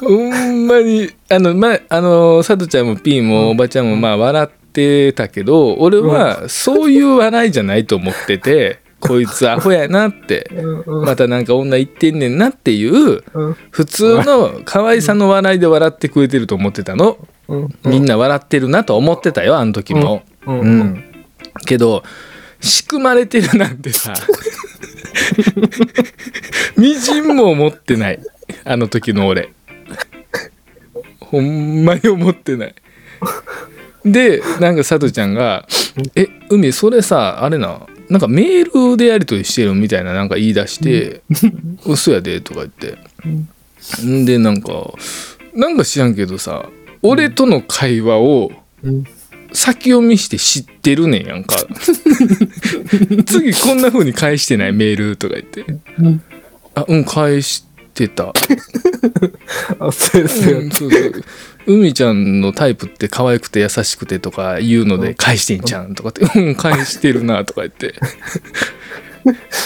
Speaker 2: ほんまにあのまああのさとちゃんもピーもおばちゃんもまあ笑ってたけど俺はそういう笑いじゃないと思っ ててこいつアホやなって
Speaker 1: う。うんうん。
Speaker 2: またなんか女言ってんねんなっていう
Speaker 1: うん
Speaker 2: 普通の可愛さの笑いで笑ってくれてると思ってたの
Speaker 1: うん。
Speaker 2: みんな笑ってるなと思ってたよあの時も、
Speaker 1: うん
Speaker 2: う。ん、けど仕組まれてるなんてさみじんも思ってないあの時の俺ほんまに思ってないでなんかさとちゃんが「え海それさあれななんかメールでやり取りしてるみたいななんか言い出して「嘘やで」とか言ってんでなんかなんか知らんけどさ俺との会話を
Speaker 1: うん
Speaker 2: 先読みして知ってるねんや んか次こんな風に返してないメールとか言って
Speaker 1: うん
Speaker 2: 「あうん返してた」
Speaker 1: あ、そうですよ
Speaker 2: うん、。そうそう海ちゃんのタイプって可愛くて優しくてとか言うので返してんじゃんと かって「うん返してるな」とか言って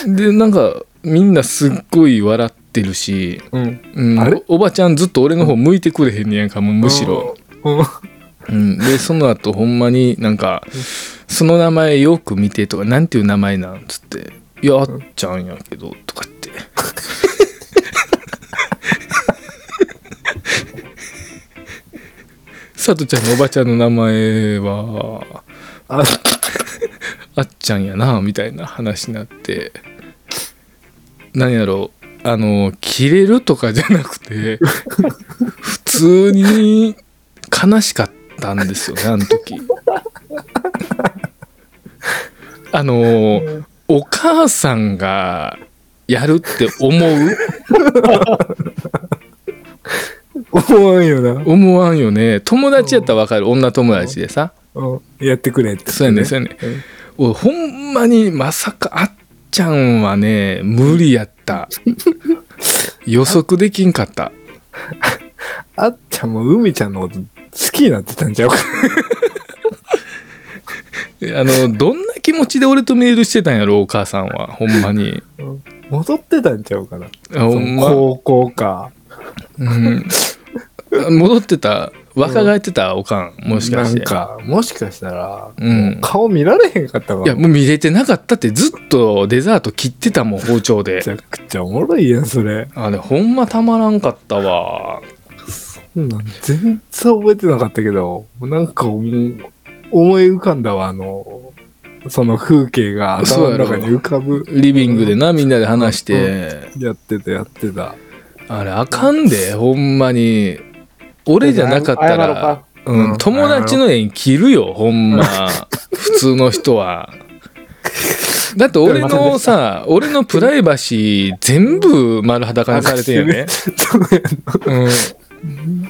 Speaker 2: でなんかみんなすっごい笑ってるし、
Speaker 1: うん。
Speaker 2: うん、
Speaker 1: あれ
Speaker 2: おおばちゃんずっと俺の方向いてくれへんねやんかもうむしろ、
Speaker 1: うん。
Speaker 2: うん、でその後ほんまになんか「その名前よく見て」とか「なんていう名前なん?」つって「いやあっちゃんやけど」とかって さとちゃんのおばちゃんの名前は
Speaker 1: あ、
Speaker 2: あっちゃんやなみたいな話になって何やろうあの切れるとかじゃなくて 普通に悲しかったんですよねあの時 あのお母さんがやるって思う
Speaker 1: 思わんよな。
Speaker 2: 思わんよね友達やったらわかる女友達でさ
Speaker 1: うん。やってくれって。
Speaker 2: そうやねそうやねおいほんまにまさかあっちゃんはね無理やった予測できんかった
Speaker 1: あっちゃんも海ちゃんのこと好きになってたんちゃうか。
Speaker 2: あのどんな気持ちで俺とメールしてたんやろお母さんはほんまに
Speaker 1: 戻ってたんちゃうかな。
Speaker 2: あほんま、
Speaker 1: 高校か。
Speaker 2: うん、戻ってた若返ってたおかんもしかして
Speaker 1: なんか、もしかしたら、
Speaker 2: うん
Speaker 1: 顔見られへんかったかも
Speaker 2: いやもう見れてなかったってずっとデザート切ってたもん包丁で
Speaker 1: めちゃくちゃおもろいやん、それ。
Speaker 2: あれほんまたまらんかったわ
Speaker 1: そんなん全然覚えてなかったけど、なんかもう思い浮かんだわ、あの、その風景が頭の中に浮かぶ。
Speaker 2: リビングでなみんなで話して、
Speaker 1: やってた、やってた。
Speaker 2: あれあかんでほんまに俺じゃなかった
Speaker 3: 謝ろう
Speaker 2: ら
Speaker 3: か、
Speaker 2: う、
Speaker 1: うんん
Speaker 2: 友達の縁切るよほんま普通の人はだって俺のさ、俺のプライバシー全部丸裸にされてるよね。
Speaker 1: そうや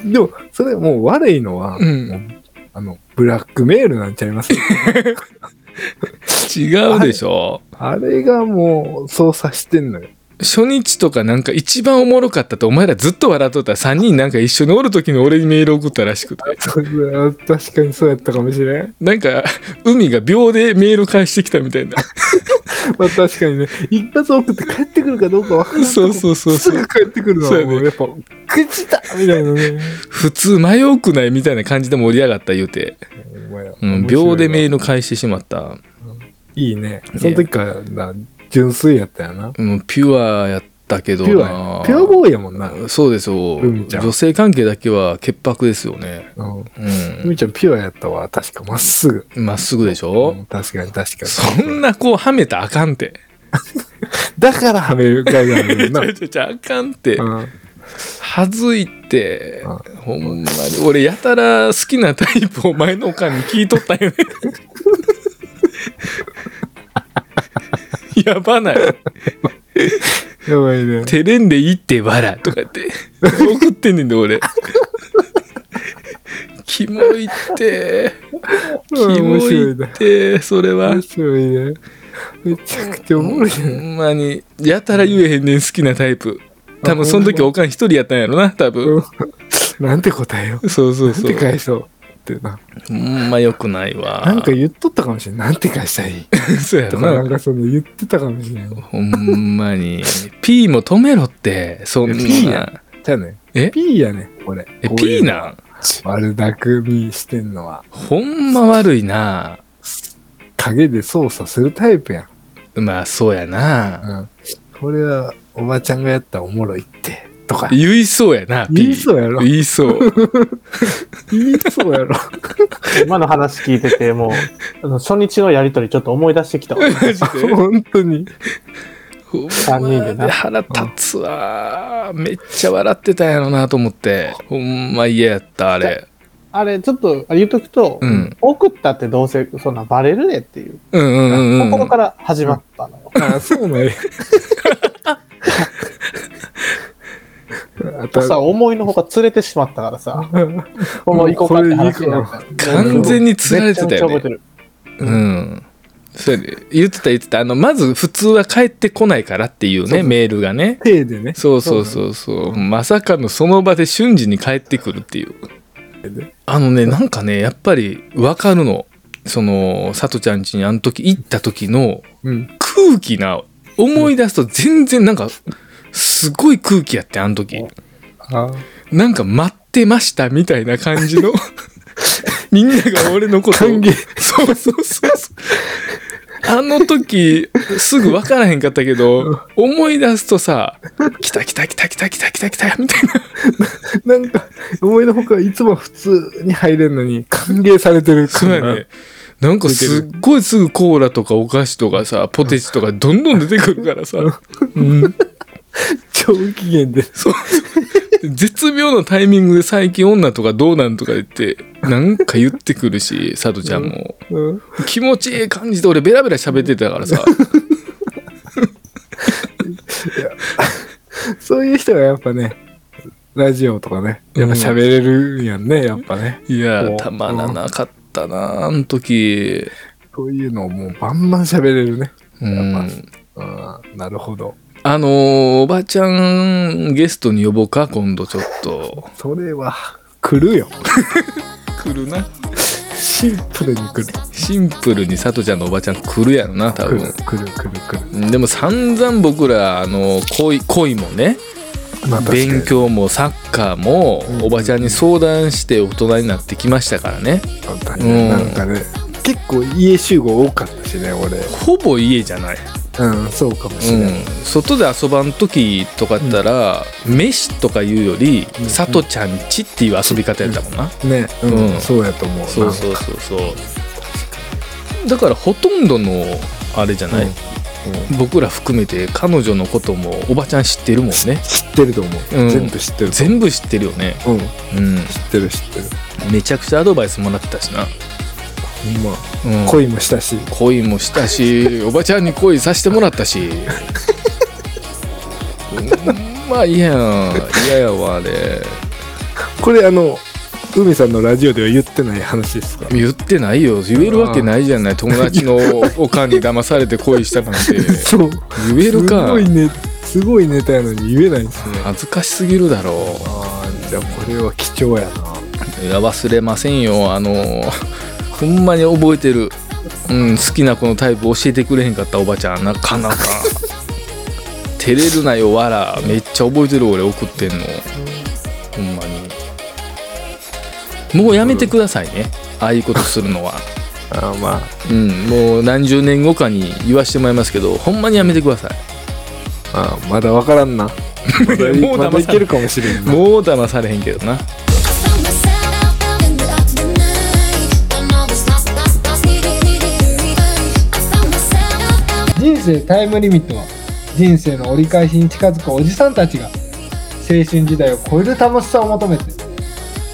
Speaker 1: なでも、それもう悪いのは、
Speaker 2: うん。うん
Speaker 1: もうあの、ブラックメールなんちゃいます
Speaker 2: 違うでしょ。
Speaker 1: あれがもう操作してんのよ。
Speaker 2: 初日とかなんか一番おもろかったとお前らずっと笑っとった3人なんか一緒におる時の俺にメール送ったらしくて
Speaker 1: それは確かにそうやったかもしれん。
Speaker 2: なんか海が秒でメール返してきたみたいな
Speaker 1: まあ確かにね、一発送って帰ってくるかどうか分からんとこ
Speaker 2: そうそうそう
Speaker 1: す
Speaker 2: そう
Speaker 1: ぐ帰ってくるの
Speaker 2: そう
Speaker 1: は
Speaker 2: やね
Speaker 1: もうやっぱ、口だみたいなね。
Speaker 2: 普通迷うくないみたいな感じで盛り上がった言うて、うん、秒でメー
Speaker 1: ル。
Speaker 2: ル返してしまった
Speaker 1: いいね。その時からな、純粋やったよな。
Speaker 2: もうピュアやったけ
Speaker 1: ピ
Speaker 2: ど
Speaker 1: ュア
Speaker 2: な
Speaker 1: や。ピュアボーイやもんな。
Speaker 2: そうですよ
Speaker 1: 海ちゃん
Speaker 2: 女性関係だけは潔白ですよね
Speaker 1: うん。
Speaker 2: う
Speaker 1: みーちゃんピュアやったわ。確かまっすぐ。
Speaker 2: んまっすぐでし
Speaker 1: う
Speaker 2: ょ
Speaker 1: ん確かに確かに。
Speaker 2: そんなこうはめたらあかんて
Speaker 1: だからはめるがいがある
Speaker 2: ち
Speaker 1: もん
Speaker 2: ゃちゃちゃあかんて
Speaker 1: な。うん
Speaker 2: はずいって
Speaker 1: あ
Speaker 2: ほんまに俺やたら好きなタイプを前のおかんに聞いとっ たよねやばない
Speaker 1: やばいね。
Speaker 2: 「照れんでいいって笑」とかって送ってんねんで俺 キモいってキ
Speaker 1: うん
Speaker 2: モ
Speaker 1: 面白
Speaker 2: い
Speaker 1: い
Speaker 2: っ
Speaker 1: ね。
Speaker 2: てそれは
Speaker 1: 面白いね。めちゃくちゃおもろい
Speaker 2: ほ
Speaker 1: ね。
Speaker 2: んまにやたら言えへんねん好きなタイプ多分その時おかん一人やったんやろな多分
Speaker 1: なんて答えよ
Speaker 2: そうそう
Speaker 1: う。
Speaker 2: そ
Speaker 1: なんて
Speaker 2: う
Speaker 1: 返そう。ってな。
Speaker 2: ほんまよくないわ
Speaker 1: なんか言っとったかもしれん。なんて返したらいい
Speaker 2: そうや
Speaker 1: と
Speaker 2: ろ
Speaker 1: か、な
Speaker 2: なん
Speaker 1: かその言ってたかもしれん。
Speaker 2: ほんまに。P も止めろって、そんな。
Speaker 1: いや P やじゃあね。
Speaker 2: え
Speaker 1: ?P やね、これ。
Speaker 2: え、
Speaker 1: こういう
Speaker 2: P
Speaker 1: の
Speaker 2: なん
Speaker 1: 悪巧みしてんのは、
Speaker 2: ほんま悪いな。
Speaker 1: 影で操作するタイプやん。
Speaker 2: まあ、そうやな。
Speaker 1: うん。これは、おばちゃんがやったらおもろいって。とか。
Speaker 2: 言いそうやな、P。
Speaker 1: 言いそうやろ
Speaker 2: 言いそう。
Speaker 1: 言いそうやろ。
Speaker 3: 今の話聞いて て、もう、あの初日のやりとりちょっと思い出してきたわ。
Speaker 2: マジで。
Speaker 1: 本当に。
Speaker 2: ほんま
Speaker 3: 三人でな
Speaker 2: 腹立つわ。めっちゃ笑ってたんやろなと思って。ほんま嫌やった、あれ。
Speaker 3: あれ、ちょっとあ言っとくと、
Speaker 2: うん
Speaker 3: 送ったってどうせそんなバレるねっていう、
Speaker 2: うんうんうん
Speaker 3: とこ
Speaker 2: う
Speaker 3: ろ
Speaker 2: ん
Speaker 3: か。ら始まったのよ。
Speaker 1: あ、そう なんや。あと
Speaker 3: さ、思いのほか連れてしまったからさ、もう行こうかって話になった。
Speaker 2: 完全に釣られてたよね
Speaker 3: めっちゃめちゃ覚えてる。
Speaker 2: うん。そうやで言ってた言ってた。あの、まず普通は帰ってこないからっていうね、メールがね。
Speaker 1: 手でね。
Speaker 2: そうそうそうそう、まさかのその場で瞬時に帰ってくるっていうあのねなんかねやっぱり分かるのそのさとちゃん家にあの時行った時の
Speaker 1: うん。
Speaker 2: 空気な思い出すと全然なんかすごい空気やってあの時
Speaker 1: あ
Speaker 2: なんか待ってましたみたいな感 じのみんなが俺のことを
Speaker 1: 歓迎
Speaker 2: そうそうそうそうあの時すぐ分からへんかったけど思い出すとさ「来た来た来た来た来た来た来た」みたいな
Speaker 1: なんか、思いのほかいつも普通に入れんのに歓迎されてる
Speaker 2: そ
Speaker 1: 感
Speaker 2: うや
Speaker 1: が
Speaker 2: ね。なんかすっごいすぐコーラとかお菓子とかさポテチとかどんどん出てくるからさ、うん、
Speaker 1: 超機嫌で。
Speaker 2: そう絶妙なタイミングで最近女とかどうなんとか言ってなんか言ってくるしさとちゃんも。
Speaker 1: うん。
Speaker 2: 気持ちいい感じで俺ベラベラ喋って たからさ
Speaker 1: そういう人がやっぱね、ラジオとかね、やっぱ喋れるんやんね、やっぱね。
Speaker 2: いや
Speaker 1: お
Speaker 2: たまらなかったなあの時
Speaker 1: そういうのをもうバンバン喋れるね。
Speaker 2: うん
Speaker 1: うん。なるほど。
Speaker 2: あのーおばちゃんゲストに呼ぼうか今度ちょっと
Speaker 1: それは、来るよ。
Speaker 2: 来るな
Speaker 1: シンプルに来る。
Speaker 2: シンプルにさとちゃんのおばちゃん来るやろな多
Speaker 1: 来る
Speaker 2: 分
Speaker 1: 来る来る来る。
Speaker 2: でも散々僕らあの恋恋もね
Speaker 1: まあ確かに
Speaker 2: 勉強もサッカーも
Speaker 1: うん
Speaker 2: おばちゃんに相談して大人になってきましたからね
Speaker 1: 簡単
Speaker 2: うん
Speaker 1: になんかね結構家集合多かったしね俺
Speaker 2: ほぼ家じゃない
Speaker 1: うんそうかもしれない、
Speaker 2: うん、外で遊ばん時とかやったら「飯」とか言うより
Speaker 1: う
Speaker 2: 「
Speaker 1: ん
Speaker 2: さとちゃんち」っていう遊び方やったもんな、
Speaker 1: ね、うん
Speaker 2: うん
Speaker 1: そうやと思う
Speaker 2: そうそうそうそうだからほとんどのあれじゃない、僕ら含めて彼女のこともおばちゃん知ってるもんね
Speaker 1: 知ってると思う、
Speaker 2: うん
Speaker 1: 全部知ってると
Speaker 2: 全部知ってるよね
Speaker 1: 思ううん
Speaker 2: うん
Speaker 1: 知ってる知ってる
Speaker 2: めちゃくちゃアドバイスもらってたしな
Speaker 1: ほんま
Speaker 2: うん
Speaker 1: 恋もしたし、
Speaker 2: 恋もした しおばちゃんに恋させてもらった しうんまあいやん嫌やわあれ
Speaker 1: これあの海さんのラジオでは言ってない話ですか
Speaker 2: 言ってないよ言えるわけないじゃない友達のおかんに騙されて恋したなん て
Speaker 1: そう
Speaker 2: 言える
Speaker 1: す
Speaker 2: か
Speaker 1: ごいねすごいネタやのに言えないんですね
Speaker 2: 恥ずかしすぎるだろ
Speaker 1: ああじゃあこれは貴重やな
Speaker 2: ういや忘れませんよあの ほんまに覚えてる、うん、好きな子のタイプ教えてくれへんかったおばちゃんなか なか照れるなよわらめっちゃ覚えてる俺送ってんのほんまにもうやめてくださいねああいうことするのは
Speaker 1: あーまあ
Speaker 2: うんもう何十年後かに言わしてもらいますけどほんまにやめてください
Speaker 1: あーまだわからんな まだ
Speaker 2: もう騙され
Speaker 1: まだいけるかもしれんな
Speaker 2: もう騙されへんけどな
Speaker 4: Found myself out in the after the night. Don't know what's lost, lost, lost. Needed, needed to revive. I found myself out.
Speaker 5: 人生タイムリミットは人生の折り返しに近づくおじさんたちが青春時代を超える楽しさを求めて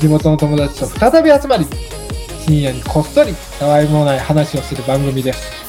Speaker 5: 地元の友達と再び集まり深夜にこっそりたわいもない話をする番組です